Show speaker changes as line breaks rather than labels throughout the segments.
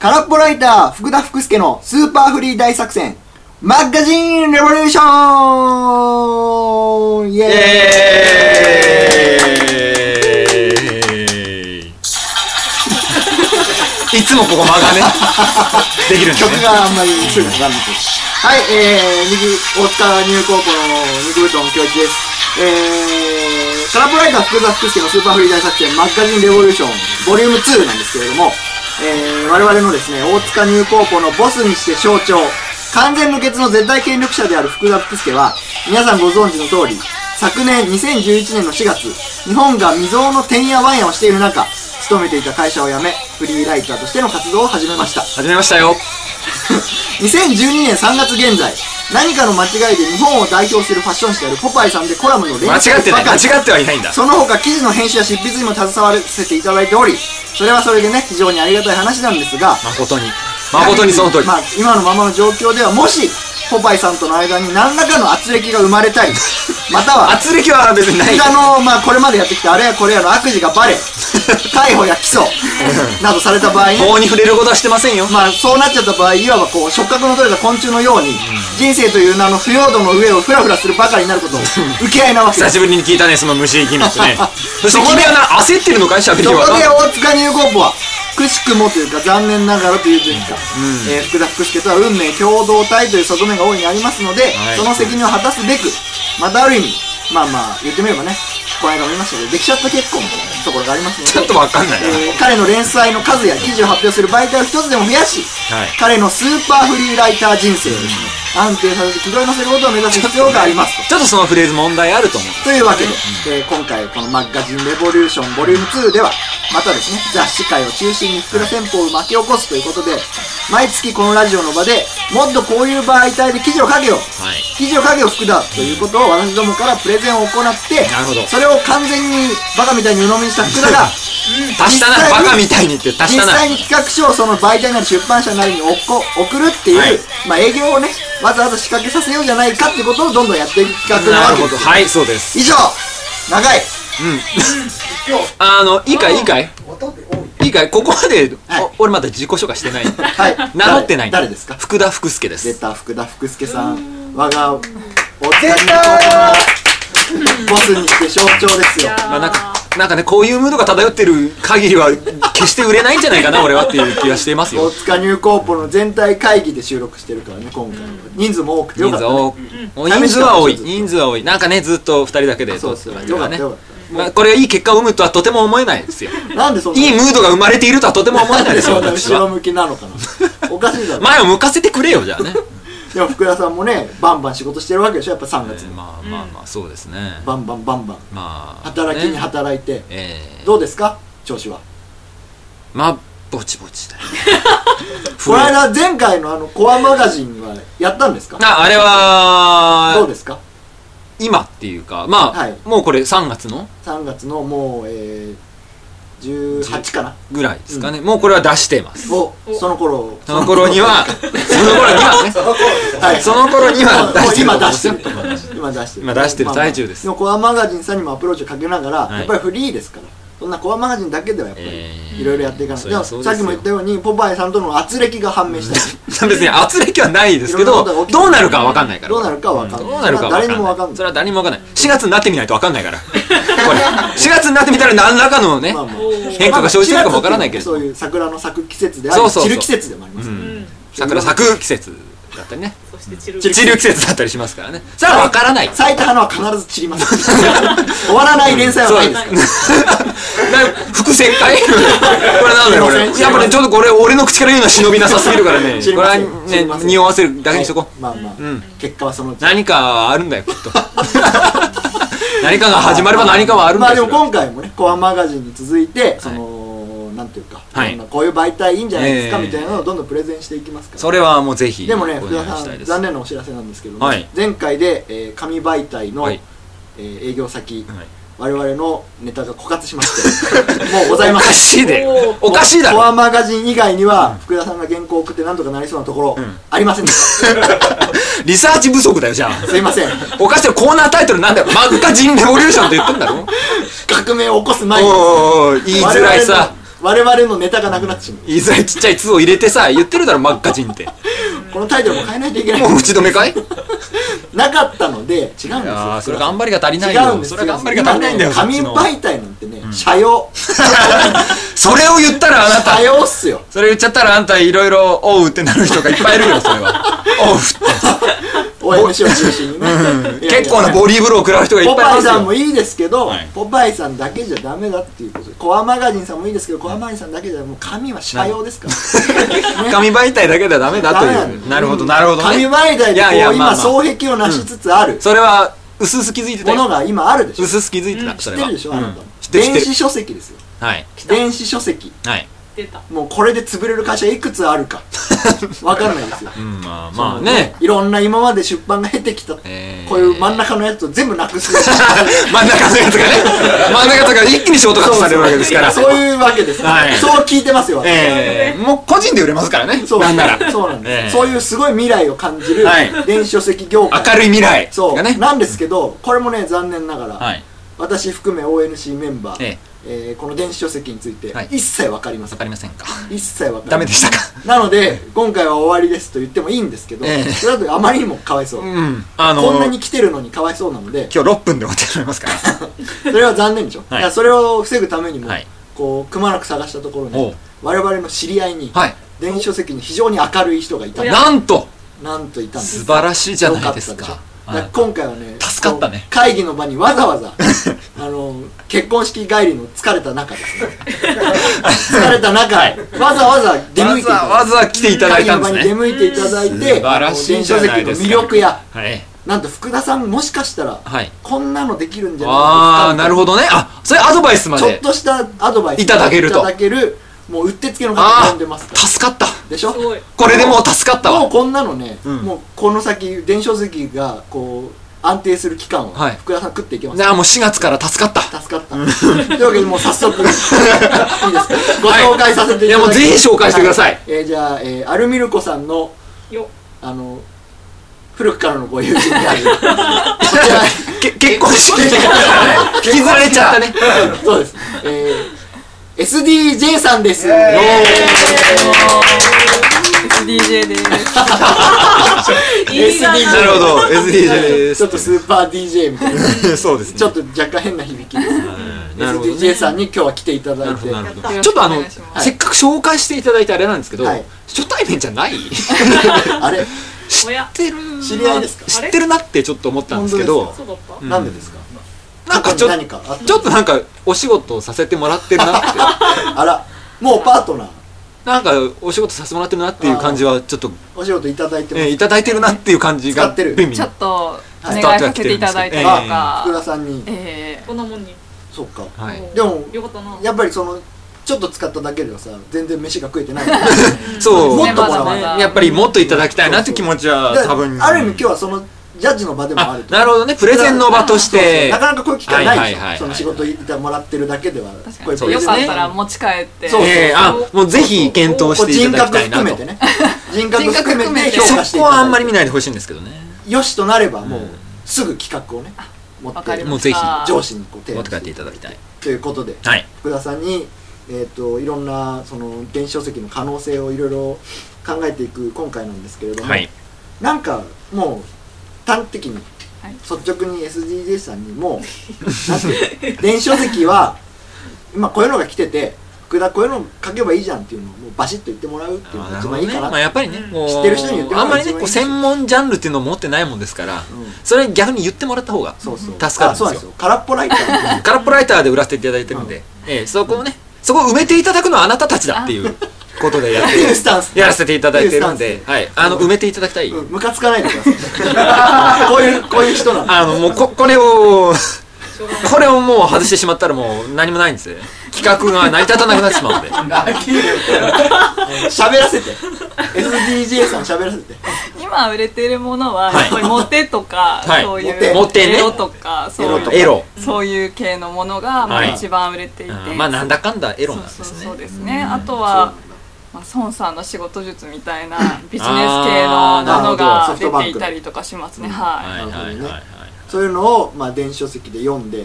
空っぽライター福田福助のスーパーフリー大作戦マガジンレボリューションイエーイ
いつもここ間がね、できるんです
曲
ね。
があんまりすぐ絡んでくるはいえー、肉大塚ニュー高校の肉部長の教育ですえー、空っぽライター福田福助のスーパーフリー大作戦マガジンレボリューションボリューム2なんですけれどもえー、我々のですね、大塚入高校のボスにして象徴、完全無欠の絶対権力者である福田福助は、皆さんご存知の通り、昨年2011年の4月、日本が未曾有のてんやわんやをしている中、勤めていた会社を辞め、フリーライターとしての活動を始めました。
始めましたよ。
2012年3月現在、何かの間違いで日本を代表するファッション誌であるポパイさんでコラムの連
間違ってない。間
かり
違ってはいないんだ。
その他記事の編集や執筆にも携わらせていただいており、それはそれでね、非常にありがたい話なんですが、
誠に。誠にその通り。
まあ、今のままの状況では、もし、ポパイさんとの間に何らかの圧力が生まれた り、または、
圧力は別にない。
間の、まあ、これまでやってきたあれやこれやの悪事がバ レ、逮捕や起訴、などされた場合ね、
法に触れることはしてませんよ。
まあ、そうなっちゃった場合、いわばこう、触覚の取れた昆虫のように、人生という名の腐葉土の上をふらふらするばかりになることを、受け合いなわけで
久
す。
しぶりに聞いたね、その虫ギミック ね。そし
そ
て
こで
君はな、焦ってるのかい喋り
そこ
は。
で大塚入高校は、くしくもというか残念ながらというというか、えー福田福助とは運命共同体という側面が大いにありますので、
はい
その責任を果たすべく、またある意味、まあまあ言ってみればね、この間も言いましたけど、できちゃった結婚みたいなところがありますので、
ちょっとわかんないな。
えー彼の連載の数や記事を発表する媒体を一つでも増やし、
はい
彼のスーパーフリーライター人生をですね、安定させて軌道に乗せることを目指す必要がありますと。
ちょっとそのフレーズ問題あると思う。
というわけで、えー今回このマガジンレボリューションボリューム2では、またですね、雑誌界を中心に福田戦法を巻き起こすということで、毎月このラジオの場で、もっとこういう媒体で記事を書けよ
はい。
記事を書けよ福田ということを私どもからプレゼンを行って、
なるほど
それを完全にバカみたいに鵜呑みにした福田が、
足した
実
な、
際
バ
に
カみたいにって足し
実
たな。
際に企画書をその媒体なり出版社なりに送送るっていう、
はい
まあ営業をね、わざわざ仕掛けさせようじゃないかっていうことをどんどんやっていく企画な
な
わ
る
け
ほ
です
ど。
よ。
はい、そうです。
以上、長い。
あの、いいかい、いいかい。いいかい、ここまで、
はい
お俺まだ自己紹 介してない。
はい。
名乗ってない。
誰誰ですか
福田福助で
出
す。
た福田福助さん。我が、お出たボスにして象徴ですよ。
まあ、なんか、なんかね、こういうムードが漂ってる限りは、決して売れないんじゃないかな、俺はっていう気がしています
大
よ。
塚入高校の全体会議で収録してるからね、今回は。人数も多く てよ
人
かっ
数
た、
は
ね。
多い。人数は多い。
うん
人数は多い。なんかね、ずっと二人だけで。
そうそう。よ
と
か
か
った
ね。
よかっ
まあ、これはいい結果を生むとはとても思えないですよ。
た。なんでそんな。
いいムードが生まれているとはとても思え
な
なんい
で
です よ、
そんな
私
後ろ
は。
向きなのかな。おかしいだろ。
前を向かせてくれよ、じゃ あね。
でも福田さんもね、バンバン仕事してるわけでしょ、やっぱ3
え
月
ー
に。
まあまあまあ、そうですね。
バンバンバンバン。
まあ。
働きに
ね
働いて。
ええ
どうですか調子は。
まあぼちぼち だよ
この間、前回のあの、コアマガジンはやったんですか
ああれ
どう
は
ですか
今っていうかまあ、
はい
もうこれ3月の
?3 月のもう、えー、18かな
ぐらいですかね、もうこれは出し てます
を、その頃、
その頃にはその頃には ね
はい
その頃には出してる
も
と
う
思
今出
います
し
よ
てる。今出してる。
今出してる最中です
まあまあもコアマガジンさんにもアプローチをかけながら、
はい
やっぱりフリーですから。そんなコアマガジンだけではやっぱ
え
り、
ー
いろいろやっていかない。
そ
で
りゃ
も、
そ
さ
う
っ
ですよ
きも言ったように、ポパイさんとの圧力が判明 した。
別に圧力はないですけ
いろ
ど
んなことが起きてる
どうなるかは分かんないから
どうなるかは分かんない
どうなるかは分
それは誰
かん
にも分かんない
それは誰にも分かんない4月になってみないと分かんない からこれ4月になってみたら何らかのね、
まあまあ
変化が生じてるかもわからないけれど
そういう桜の咲く季節であり
そうそうそう
散る季節でもあります、
うん、桜咲く季節だったりね
そしてチル
散る季節だったりしますからねそれは分からない
咲いた花は必ず散ります 終わらない連載はないですから
だいぶ伏線かいこれなんだよこ
知りませ
れ
ん
やっぱねちょっとこれ俺の口から言うのは忍びなさすぎるからね
知
こ
りま
れは
せん知りませ
ね
ん
匂わせるだけにしとこう
まあまあ、
ん
結果はそのうち
何かあるんだよきっと何かが始まれば何かはあるん
まあ
だ
で
よ
も今回もねコアマガジンに続いてその、なんていうか、
はい
こんなこういう媒体いいんじゃないですか、
ええ
みたいなのをどんどんプレゼンしていきますから
それはもうぜひ
でもね
お
福
願
田
いし
さ
たいで
ん
す
残念なお知らせなんですけども、
はい
前回で、えー紙媒体の、
はい
えー営業先、
はい
我々のネタが枯渇しまして もうござい
お
ま
か
せん
しいでお
お
かしいだ
コ
ろ
アマガジン以外には、福田さんが原稿を送ってなんとかなりそうなところ、ありませんでした。
リサーチ不足だよじゃあ
すいません。
おかしいよコーナータイトルなんだよマッカジンレボリューションって言ってんだろ
革命を起こす前に、
おいおいおい言いづらい
我々
さ
の我々のネタがなくなってしまう。
言いづらいちっちゃい「つ」を入れてさ言ってるだろマッカジ ンって
このタイトルも変えないといけない。
もう打ち止めかい
なかったので、違うんですよ。
ああそれ頑張りが足りない
違うん
よ
です
そ
よ。
れ頑張りが足りないんだよ
今ね紙
そっちの
媒体なんてね、社用。
それを言ったらあな
社
た
用っす よ。
それ言っちゃったらあんたいろいろ「おう」ってなる人がいっぱいいるよそ れは「おう」
OMC を中心にね
っ。
い
て
やいや
結構なボディーブロー食らう人がいっ
ポ
ぱいい
パイ
ますよ
さんもいいですけど
はい、
ポパイさんだけじゃダメだっていうことで、コアマガジンさんもいいですけど、コアマガジンさんだけじゃ、もう紙は社用ですから。ね
紙媒体だけではダメだと
ダメ
い
な
うん
だ
なるほどなるほどね
紙媒体
いやい
でこ
や
う
ま
今、
あまあ
双璧をなしつつある
それは薄々気づいてた
もの
よ
が今あるでしょ。
薄々気づいてた
知
そ
っ
れ
て
は
るでしょ、あなた
う
も
ん知ってる知って
電
る
子書籍ですよ。
はい
電子書籍。
はい
出た
もうこれで潰れる会社いくつある かわかんないですよ
うんまあまあね
いろんな今まで出版が経てきた、
えー
こういう真ん中のやつを全部なく す
真ん中のやつが ね真ん中とか一気にショートカットされるわけですから
そういうわけです、
はい
そう聞いてますよ、
ええもう個人で売れますからね
そう
なんなら
そうなんです、
ええ
そういうすごい未来を感じる
はい
電子書籍業界
明るい未来
そう、
がね
なんですけどこれもね残念ながら、
はい
私含め ONC メンバー、
え
え
え
ーこの電子書籍について
はい
一切わかりませ
わ
ん、
かりませんか
一切わかりません
ダメでしたか
なので今回は終わりですと言ってもいいんですけど、
ええ
それだとあまりにもかわいそう、
うんあの
こんなに来てるのにかわいそうなので
今日6分で終わってしまいますか ら
それは残念でしょ、
はい
だからそれを防ぐためにも、
はい
こうくまなく探したところ
お
に
う
我々の知り合いに、
はい
電子書籍に非常に明るい人がいた
おや
なんと
なんといたんです
素晴らしいじゃないです
よ
か
っ
あ
たでしょだから今回はね
助かったね
こう会議の場にわざ わざあの結婚式帰りの疲れた中です ね疲れた中、わざわざ出向いて
わ
いただい
ざ
て
わざ来ていただいたんです
会議
ね
の場に出向いていただいて
素晴らしいじゃないですか
電子書籍の魅力や
はい
なんと福田さんもしかしたら、
はい
こんなのできるんじゃない
ああ
ですか
なるほどねあそれアドバイスま
ちょっ
で
としたアドバイス
いただけると
いただけるもううってつけの方
あ
呼んでますか
あ助かった
らでしょ
すごい
これでもう助かった
もう
わ
こんなのね、
うん
もうこの先伝承月がこう安定する期間
は
はい福田さん食っていけます、
じゃあもう4月から助かった
助かった、というわけでもう早 速いいですかご紹介させていただきます、
いやもうぜひ紹介してください
はえーじゃあ、えーアルミルコさんの
よ
あの古くからのご友人であるこちら
け結婚 式引きずられちゃったね
そうです。えー、SDJ さんです。
SDJ でーすいい
SDJ
な
なるほど SDJ で
ちょっと
す
スーパー DJ みたいな。
そうですね
ちょっと若干変な響きです。
なるほど
SDJ さんに今日は来ていただいて。
なるほどなるほ
ど
どちょっとあの
お願いします
せっかく紹介していただいてあれなんですけど
はい
初対面じゃない知
あれ
おや
ってる
知り合いですか
知ってるなってちょっと思ったんですけ
本
ど
そうだった
うん
なんでですか
なんかちょ
過
っ
去に何かあった
とちょっとなんかお仕事をさせてもらってるなって
あら、もうパートナー、
なんかお仕事させてもらってるなっていう感じはちょっと
お仕事いただいてま
えー
す。
いただいてるなっていう感じ
使
が
ってる
ビンビン
ちょっとお
はい
願いさせていただいたりと
あ、福
か、
田さんに。
え
こんなもんに
そうか。
はい
でも、
よかったな
やっぱりその、ちょっと使っただけではさ、全然飯が食えてない。だ
そう
もっともらわない
ねやっぱりもっといただきたいなっていう気持ちは
から
多分
ある意味今日はその、ジャッジの場でもあ
あ
ると。
なるほどねプレゼンの場とし
そうそう
て
なかなかこういう機会ないで
はいはいはいは
しょ
い
その仕事いたもらってるだけでは
ー確
こういうプ
かに
レ
よ
ゼン
か
ね
ったら持ち帰って、
そう
ええあもうぜひ検討
こ
し
う
てい
人
ただき
格
たいな
含め
と
てね人格含めて
人格含めて
評価して
そ
い
こ
ただいて
はあんまり見ないでほしいんですけどね
よしとなればもう
うん
すぐ企画をね持
わ
っ
かり
て
ました
もうぜひ
上司にこう提
持っ
案
て帰っていただきたい
ということで
はい
福田さんにえっといろんなその電子書籍の可能性をいろいろ考えていく今回なんですけれども
はい
なんかもう端的に
はい
率直に SDJ さんにもうなんていうの電子書籍は今こういうのが来てて福田こういうの書けばいいじゃんっていうのをもうバシッと言ってもらうっていうのが一番いいかな
まあやっぱりねもう
知ってる人に言ってもら
あ
うん
まりねこう
一番いい
専門ジャンルっていうのを持ってないもんですから
うん
それ逆に言ってもらった方が
そうそう
助かるん
あそうなん
ですよ
ですよ空っぽライタ ー
空っぽライターで売らせていただいてるんでええそこをねそこを埋めていただくのはあなたたちだっていうことでやっ
って
て
いうスタンス
やらせていただいてるん
っていう
で
ス、タン
はい、あの埋めていただきたい、
スうんムカつかないでください こういうこういう人なんで
あのもうここれを
しょうが
これをもう外してしまったらもう何もないんです企画が成り立たなくなってしまうんで
喋らせて SDJ さん喋らせて
今売れてるものは、
はい
やっぱりモテとか、
はい
そう
モテ
いう
モ
テね
エロとか、そう
エロとか
いう
エロ
そういう系のものが、まあ
はい
一番売れていて、
あーまあなんだかんだエロなんです
そうそう
ね
そうですね。あとは。まあ、孫さんの仕事術みたいなビジネス系のもの
あーなるほどソ
が
フト
出
バンク
ていたりとかしますね。
うん
はい。
はいはいはいはい
そういうのをまあ電子書籍で読んで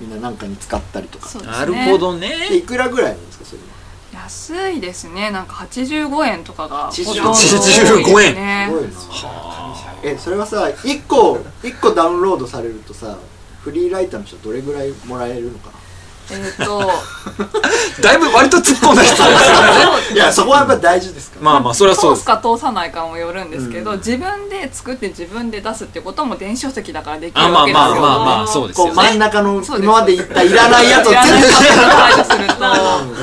みんななんかに使ったりとか
そうです
な
ね
るほど
でい
ね。
くらぐらいなんですかそれは
安いですねなんか85円とかがほとんど
85円
ね
すごいなえそれはさ一個一個ダウンロードされるとさフリーライターの人はどれぐらいもらえるの かな
えっ と
だいぶ割と突っ込んだ人ですよ
いやそこはやっぱ大事ですから、
まあまあ、それはそう
通
ですす。
か通さないかもよるんですけど、
うん
自分で作って自分で出すってことも電子書籍だからできる
あ、ま
わ
あ
けですよ
まあまあまあ、そうです
こ
よ
う真ん
ね。
中の
そうです
今まで言ったいらないやつを全部
全部する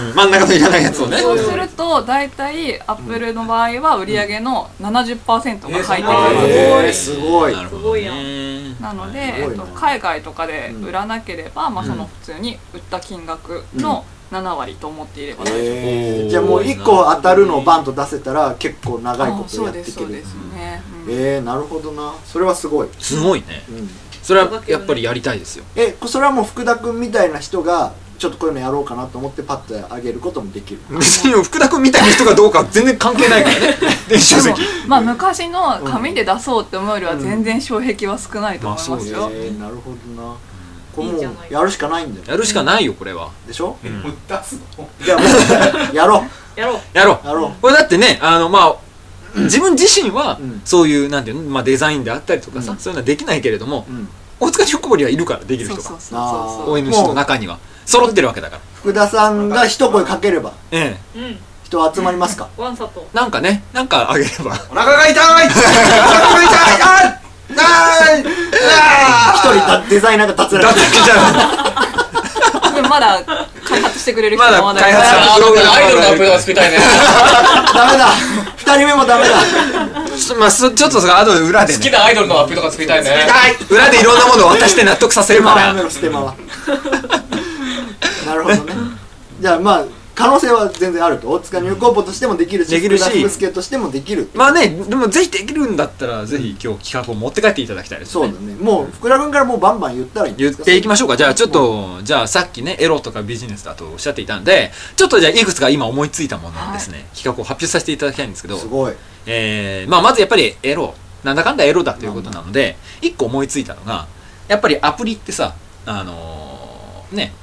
うん真ん中のいらないやつを
と
ね。
そうすると大体アップルの場合は売り上げの70%が入って
あ
くる、
えーすごい
なるほ
す
ど
ご
ね
いやん
なので、
す
え
ご
っ
いな
と、海外とかで売らなければ、まあ、その普通に売った金額の7割と思っていれば大丈夫です
え
お
ー
ー
じゃあもう一個当たるのをバンと出せたら結構長いこ
あ
と
そ
や
う
って
で
い
す
け
そう
る
ですね、うん
えー、なるほどなそれはすごい、
すごいね。
うん、
それはやっぱりやりたいです よ。
えそれはもう福田君みたいな人がちょっとこういうのやろうかなと思ってパッと上げることもできる
別に福田君みたいな人がどうか全然関係ないからね。 電子書
でも
籍。
まあ昔の紙で出そうって思うよりは全然障壁は少ないと思い
まあそ
ま
う
す
で
え
す
よ、
よ
ー、なるほどなこれ
いい
も
じゃないう
やるしかないんだよ
やるしかないよ、これは。
でしょ
うん
出すの
じゃあもう やろ
やろう
やろう
う。やろう
これだってね、あの、まあ、自分自身は
うん、
そういう、なんていうの、まあ、デザインであったりとか
う
さ、
ん
そういうのはできないけれども、
うん、
大塚こぼりはいるから、できる
そう
人
そうそ
が
う。
あ
そう
ー
応援の人の中には。揃ってるわけだから。
福田さんが一声かければ
ええ。
うん
人集まりますか
ワンサと
なんかね、なんかあげれば。
お腹 が痛いお腹が痛いあーあーあ
一人だデザイナーが立つら
だっ
れ
て
る
じゃあ
でもまだ開発してくれる人もまだ
まだ開発者
アイドルのアイドルのアプリを作り たいね。
ダメだ二人目もダメだ
ちょまあ、そちょっとそあとで裏で、
好き
ね、
なアイドルのアプリとか作りたいね。
裏でいろんなものを渡して納得させ
ステ
る
マ
か
はやめ
ら
ろステマはなるほどねじゃあまあ可能性は全然あると大塚入高ポとしてもできるし
できるし
福田福助としてもできる
まあねでもぜひできるんだったらぜひ今日企画を持って帰っていただきたいです
そう
ね
だねもう福田君からもうバンバン言ったらいいん
言
で
っ
すか
ていきましょうかじゃあちょっとじゃあさっきねエロとかビジネスだとおっしゃっていたんでちょっとじゃあいくつか今思いついたものをですね、企画を発表させていただきたいんですけど
すごい
えーまあ、まずやっぱりエロなんだかんだエロだということなので一個思いついたのがやっぱりアプリってさあのーね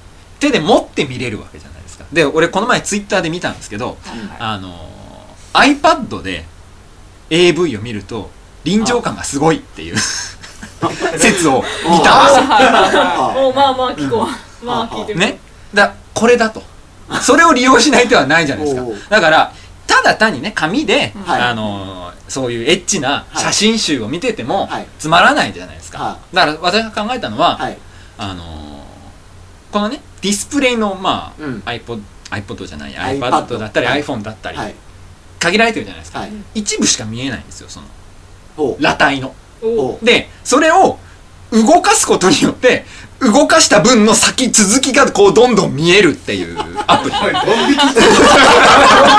手で持って見れるわけじゃないですかで俺この前ツイッターで見たんですけどあのー iPad で AV を見ると臨場感がすごいっていう 説を見たんですよ
あ
おまあまあ聞こうまあ聞いてみよう
ね、だこれだとそれを利用しない手はないじゃないですか
おう
だからただ単にね紙で、
はい
あのーそういうエッチな写真集を見てても、
はい
つまらないじゃないですか、
は
だから私が考えたのは、
はい
あのーこのねディスプレイのまあ、
うん
iPod, iPod じゃない
iPad
iPad だったり、
はい
iPhone だったり、
はい
限られてるじゃないですか、
はい
一部しか見えないんですよその
ほう
裸体の
お
ほう
でそれを動かすことによって動かした分の先続きがこうどんどん見えるっていうア プリまあ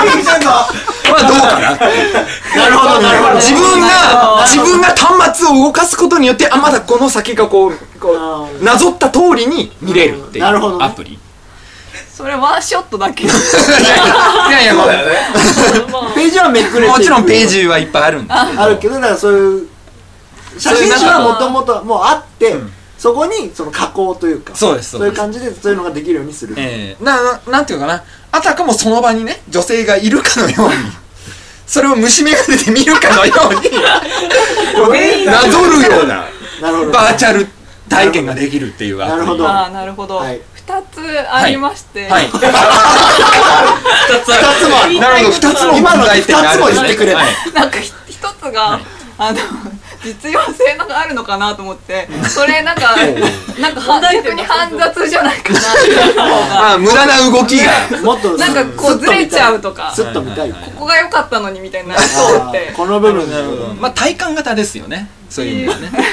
な
どうかな
るほどなるほど
自分が自分が端末を動かすことによってあまだこの先がこう
こう
なぞった通りに見れるっていう
なるほどね
アプリ、
それワンショットだけ
いやいやまあ
ま あ
ページはめくれていく
もちろんページはいっぱいあるんですけど
あるけどだからそういう写真集はもともともうあって
うん
そこにその加工というか
そうですそう
い
で
う
す
感じでそういうのができるようにする
えー、なななんていうのかなあたかもその場にね女性がいるかのようにそれを虫眼鏡で見るかのようにこうなぞるような
なるほど
バーチャル体験ができるっていうアプ
な
リ
るほど
ああなるほど、
はい
2つありまして、
はい
二つもある
なるほど2つも
今ので
題点がある
二つも言ってくれた
はい
なんかひ一つが、あの実用性のがあるのかなと思ってそれなんかなんかは逆に煩雑じゃないかなっていう方
まあ無駄な動きが
もっと
がなんかこうずれちゃうとか
スッと見たい
はいはいはい
ここが良かったのにみたいになりそうっ
あー
て
この部分
まあ体感型ですよねそういう意味ではね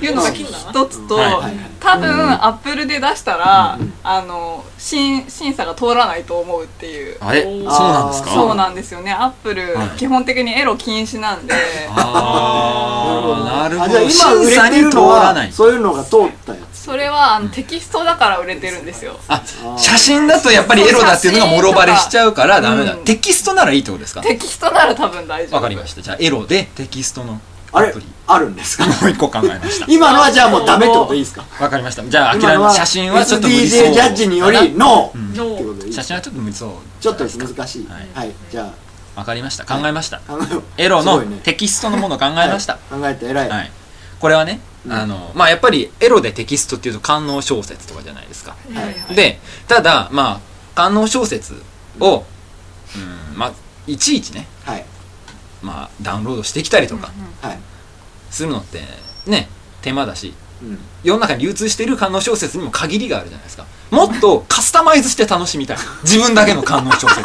いうのが一つと、
はいはい
はい
多分アップルで出したら、あの審審査が通らないと思うっていう。
あれそうなんですか
あー
そうなんですよね。アップル、
はい
基本的にエロ禁止なんで、
あーなる
あ
ほ
じゃあ
ど
今売
審査
れて
に
る
通
の
らな
はいそういうのが通ったやつ
それはあのテキストだから売れてるんですよ。
あ写真だとやっぱりエロだっていうのがもろバレしちゃうからダメだ、
うん
テキストならいいってことですか
テキストなら多分大丈 夫。
わかりましたじゃあエロでテキストの
あ
ア
れ
プリ
あるんです か
もう一個考えました
今のはじゃあもうダメってことでいいですか
わかりましたじゃあ
今
諦
の
め写真はちょっと無理そう
SDJ ジャッジによりノー
ど
ってこ
う
とでいい
写真はちょっと無理そう
ちょっと難しい
は
は
い
いじゃ
わかりました考えました
あ考えよう
エロ
すごい
の
ね
テキストのものを考えました
はい考えて偉い
はい、これはね、
うん
あのまあ、やっぱりエロでテキストっていうと官能小説とかじゃないですか、
は
はいい
でただまあ官能小説を、うんまあ、いちいちね、
はい
まあ、ダウンロードしてきたりとか
はい
するのってね手間だし
うん
世の中に流通している官能小説にも限りがあるじゃないですかもっとカスタマイズして楽しみたい自分だけの官能小説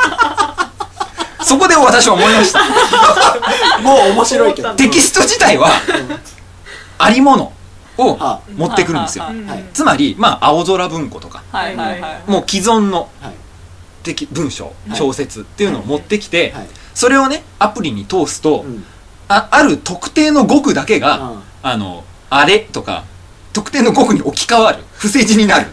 そこで私は思いました
もう面白いけど
テキスト自体はありものを
は
持ってくるんですよ
は
あはい
つまり、まあ、青空文庫とか
はいはいはい
もう既存の
はい
的文章
い
小説っていうのを持ってきて、
はい
それをねアプリに通すと、
うん
あある特定の語句だけが、
うん
あのあれとか特定の語句に置き換わる不正字になる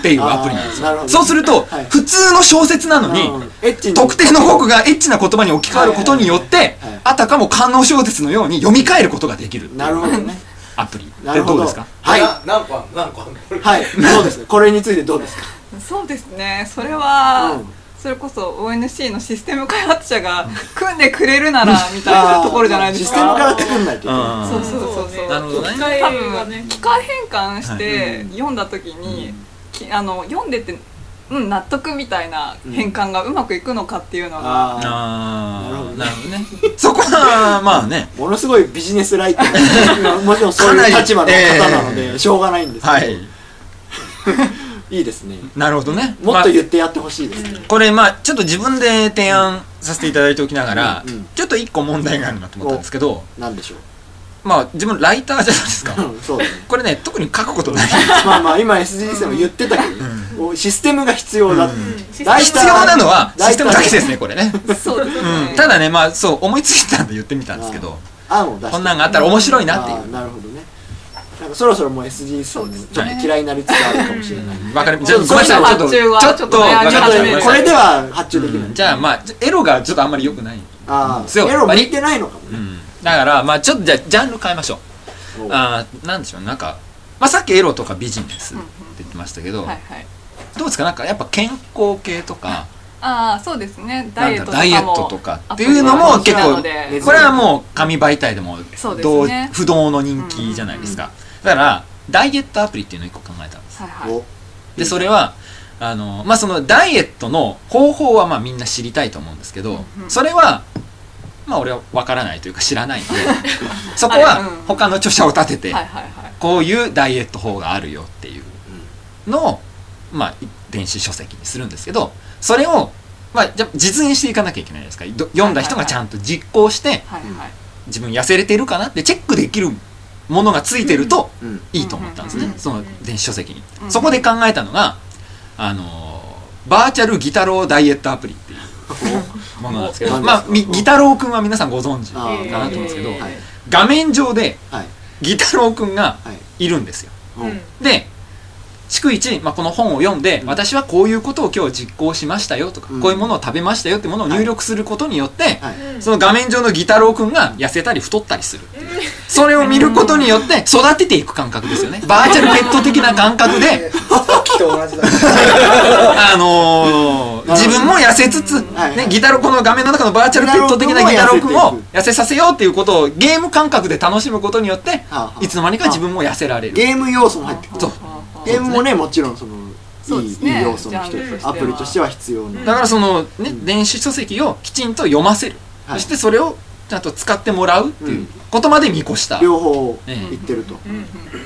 っていうアプリなんです
あーなるほ
よ
ど
そうすると、
はい
普通の小説なのに、
うんエッチに
特定の語句がエッチな言葉に置き換わることによって、
はいはい
あたかも官能小説のように読み替えることができる
なるほど ね
アプリ
なる
で
ほど
どうですか
はい
な何個あんの何個あんの
はいどうです これについてどうですか
そうですねそれは、
うん
それこそ ONC のシステム開発者が組んでくれるならみたいなところじゃないです
システム
か
から作んないといけない
そうそうそうそう
なるほどね
機械
多
がね
分機械変換して読んだ時に、きあの読んでてうん納得みたいな変換がうまくいくのかっていうのが、
ああ
あー
な
な
る
るほどねそこはまあ ね
ものすごいビジネスライター まあもちろんそういう立場の方なの
かなりえ
で
え
しょうがないんですけど、
はい
いいですね
なるほどね
もっと
ま
言ってやってほしいですね、
あこれまあちょっと自分で提案させていただいておきながら
うんうん
ちょっと一個問題があるなと思ったんですけど
なんでしょう
まあ自分ライターじゃないですか
うんそうだね
これね特に書くことない
まあまあ今 SG さんも言ってたけど、おシステムが必要だって、ライター
必要なのはシステムだけですねこれね
そうです
う
ね
んただねまあそう思いついたんで言ってみたんですけど
案を出して
こんなんがあったら面白いなって
あ
い
ー
う
なるほどねなんかそろそろもう SG さんもちょっと嫌いになりつつあるかもしれない、
わかりちょっとごめんなさいちょっと
そういうの発注は
ちょっとわかり
ちょ
ま
っと
した
ね
ごめんな
こ
さい
れでは発注できない、
うんじゃあまあエロがちょっとあんまり良くない
ああ
強い
エロ向いてないのかも
う
ね、
んだからまあちょっとじゃあジャンル変えましょう
おう
あーなんでしょうなんか、まあ、さっきエロとかビジネスって言ってましたけど、
はいはい
どうですかなんかやっぱ健康系とか
ああそうですね
な
ダ
ん
イ
だ
エットとか
ダ
も
イエットとかっていうのも結
結
構
アプリは人気なので
構
これはもう紙媒体でも
そうです
どう
ね
不動の人気じゃないですか、だからダイエットアプリっていうのを一個考えたんです
はいはい
お
でそれはあのまあそのダイエットの方法はまあみんな知りたいと思うんですけど、
うんうん
それはまあ俺は分からないというか知らないんで そこ
あれ
は
うん
他の著者を立てて、
はいはいはい
こういうダイエット法があるよっていうのを、まあ、い電子書籍にするんですけどそれを、まあ、じゃ実演していかなきゃいけないですからど読んだ人がちゃんと実行して
はいはい
自分痩せれてるかなってチェックできるものがついてると
うん
いいと思ったんです
うん
ねその電子書籍に
うん
そこで考えたのがあのーバーチャルギタローダイエットアプリっ ていうものなんですけ
お
ど、
お
まあ、みギタローくんは皆さんご存知
あー
かなと思うんですけど
えー
はい
画面上で
はい
ギタローくんが
はい
いるんですよ
お
うん
で逐一、まあ、この本を読んで、
うん
私はこういうことを今日実行しましたよとか、
うん
こういうものを食べましたよってものを入力することによって、
はい
その画面上のギタローくんが痩せたり太ったりするっていうそれを見ることによって育てていく感覚ですよねバーチャルペット的な感覚 で、
さっきと同じだ
なる
あのー
ほど
自分も痩せつつ、
はいはい
ね、ギタロこの画面の中のバーチャルペット的なギ
ギタ
タ
ロ
ロ
ーく
ーく
ん
ん
を
を痩せさせようっていうことをゲーム感覚で楽しむことによって
は あはい
つの間にか自分も痩せられる
ゲーム要素も入ってくる
そう
ゲームもねもちろんその
そう
い
で
い
すね
いい要素の一
ジャンルと
つ
しては
アプリとしては必要な
だからその、ね、電子書籍をきちんと読ませる、
はい
そしてそれをちゃんと使ってもらうっていうことまで見越した、
両方
え
言
え
ってると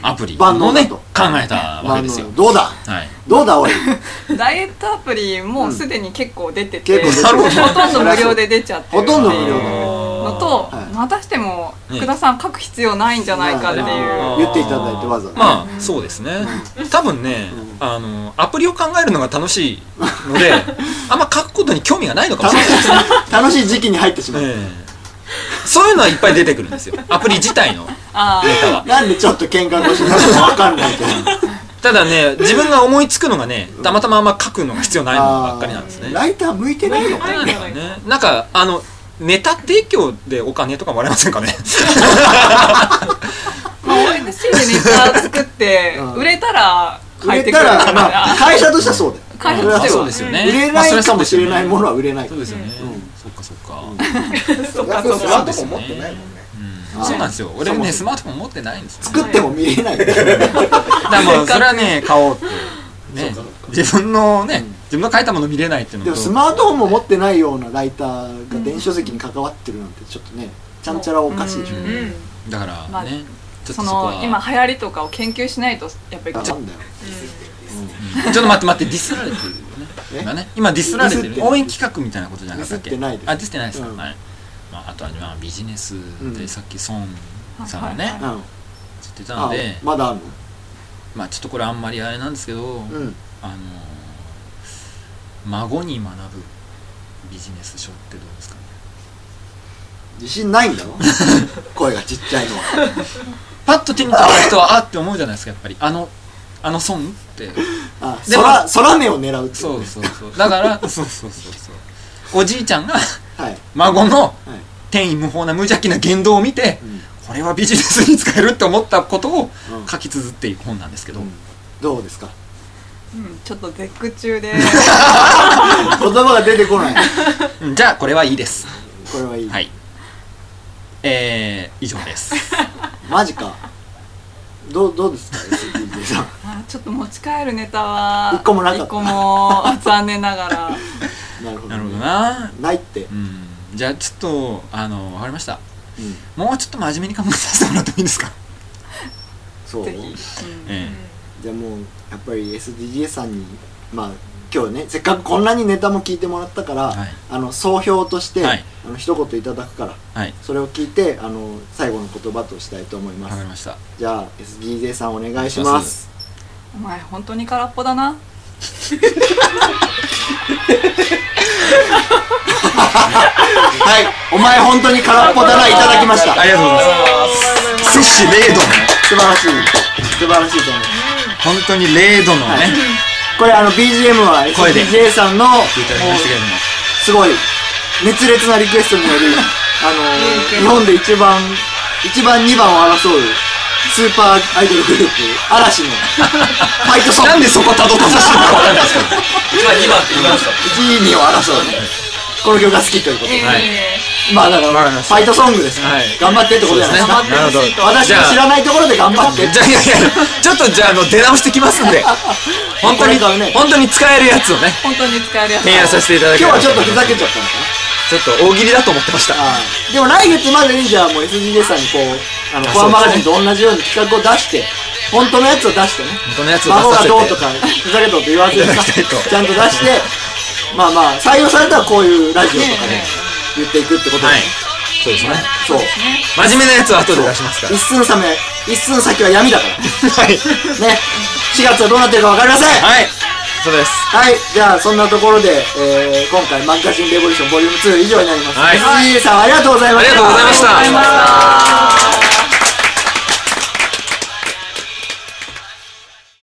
アプリ
万能
を
だ
ね
と
考えたわけですよ
まあ。どうだ
はい、
どうだおい
ダイエットアプリもうすでに結構出てて、
結
なる
構
ほ
出てる
ほとんど無料で出ちゃってる
ほとんど無料
っていうのと、またしても
ね
福田さん書く必要ないんじゃないかっていう、
あー
言っていただいてわざわざ
まあそうですね多分ね、
う
あのアプリを考えるのが楽しいの であんま書くことに興味がないのかもしれないですね
楽しい時期に入ってしまう、
ええそういうのはいっぱい出てくるんですよアプリ自体の
あ
データは
なんでちょっと喧嘩腰になったかわかんないけど
ただね自分が思いつくのがねたまたまあんま書くのが必要ないものばっかりなんですね
ライター向いてないのか
なんかねなんかあのネタ提供でお金とかもらえませんかね
まあ ONC でネタ作って
うん
売れたら
売
入っ
れ
てく
た
る
ら、
か
まあ、
ら
会社としてはそうだよ。
会社
れ
と
は
しては
そうですよね
売れ
まあ
な
そ
い
はそ
か
う
も
です
し
よ
れ
ね
ないものは売れないか
そ
ら
うですよね、
うん
そっかそっか、
そっ
だ
か
って
そっ
ス
か
マートフォン持ってないもんね
あー
そうなんですよ
そも
俺
そ
ね
も
スマートフォン持ってないんですよ、ね、
作っても見れないから
だからもうそれはね買おうってね自分のね、自分の書いたもの見れないっていう
で
の
も
と
スマートフォンも持ってないようなライターが電子書籍に関わってるなんてちょっとねちゃんちゃらおかしいでしょ、
う
うん
ん
だからね、
まあ
ちょっと
そ
そこは
の今流行りとかを研究しないとやっぱり
なん
ち
だ
ょ
よ
っと、
ちょっと待って待ってディスられてるよね
え
今ね今ディスられて
ディスっ
る
てない
応援企画みたいなことじゃなかったっけ
ディスってないです
あディスってないですか、
うん
はい、まあ、あとは、まあ、ビジネス
う
で
ん
さっき孫さんがね、
はいはい
うんうん
言ってたの
あ
で
まだある
まあちょっとこれあんまりあれなんですけど、
のうん
あのー孫に学ぶビジネス書ってどうですかね
自信ないん だろ声がちっちゃいのは
パッと手に取る人はあって思うじゃないですかやっぱりあのあの孫って
あ
でも
空空目を狙うってい
そうう
ね
そうそうだからそうそうそうそうおじいちゃんが
はい
孫の
はい
天意無法な無邪気な言動を見て
うん
これはビジネスに使えるって思ったことを
うん
書き綴っていく本なんですけど、
うんどうですか
うん、ちょっと絶句中で
言葉が出てこない
うんじゃあこれはいいです
これはいい、
はいえー、以上です
マジかどうどうですか SDJ さん
あちょっと持ち帰るネタは
一個もなかった
一個も残念ながら
なるほど,、
なるほどな
ないって、
うんじゃあちょっとあのわかりました
うん、
もうちょっと真面目に考えさせてもらってもいいですか、
そう
ぜひ、うん
え
じゃあもうやっぱり SDGs さんにまあ今日ねせっかくこんなにネタも聞いてもらったから、
はい
あの総評として、
はい
あの一言いただくから
えはい
それを聞いてあの最後の言葉としたいと思いま
わか
す
りました
じゃあ SDJ さんお願いします
お前本当に空っぽだな
はいお前本当に空っぽだないただきました
ありがとうございます摂氏0度の
素晴らしい素晴らしいと思います
本当に0度のね、
はい
言
これあの BGM は
声で
SDJ さんの
っていただきましたけれども
すごい熱烈なリクエストにより、 あのー日本で一番、一番二番を争うスーパーアイドルグループ、 嵐のファイトソング。
なんでそこ辿ってほしいのかわかん ないですけど
今今って言いました
1位、2位を争うね。この曲が好きということで。
はい
え
まあだから、
わかり
フ
ました
ァイトソングですね。
はい
頑張ってってことじゃないですか。
なるほど
私
じゃ
の
あ
知らないところで頑張って。
じゃあいやいやちょっとじゃああの出直してきますんで本当に、
これからね
本当に使えるやつをね
ー本当に使えるやつ
提案させていただき
今日
ま
は
す
ちょっとふざけちゃったのかな。
ちょっと大喜利だと思ってました
ああでも来月までにじゃあもう SDJ さんにこう、あの、
あ
コアマガジン
そ
と同じように企画を出して、本当のやつを出してね。
本当のやつを出
孫
させ
がど
て
うとか、ふざけたこと言わずにさ、
いただきたいと
ちゃんと出して、まあまあ、採用されたらこういうラジオとかね、言っていくってことで、
はいそうですね
そう。
真面目なやつは後で出しますから
一寸先め、一寸先は闇だから。ね。
はい
4月はどうなってるかわかりません。はい。
はいそうです
じゃあそんなところで、えー今回マッガジンレボリューションボリューム2以上になります。
はい
SDJ さんありがとうございま
あ
し
り
た。
がとうございました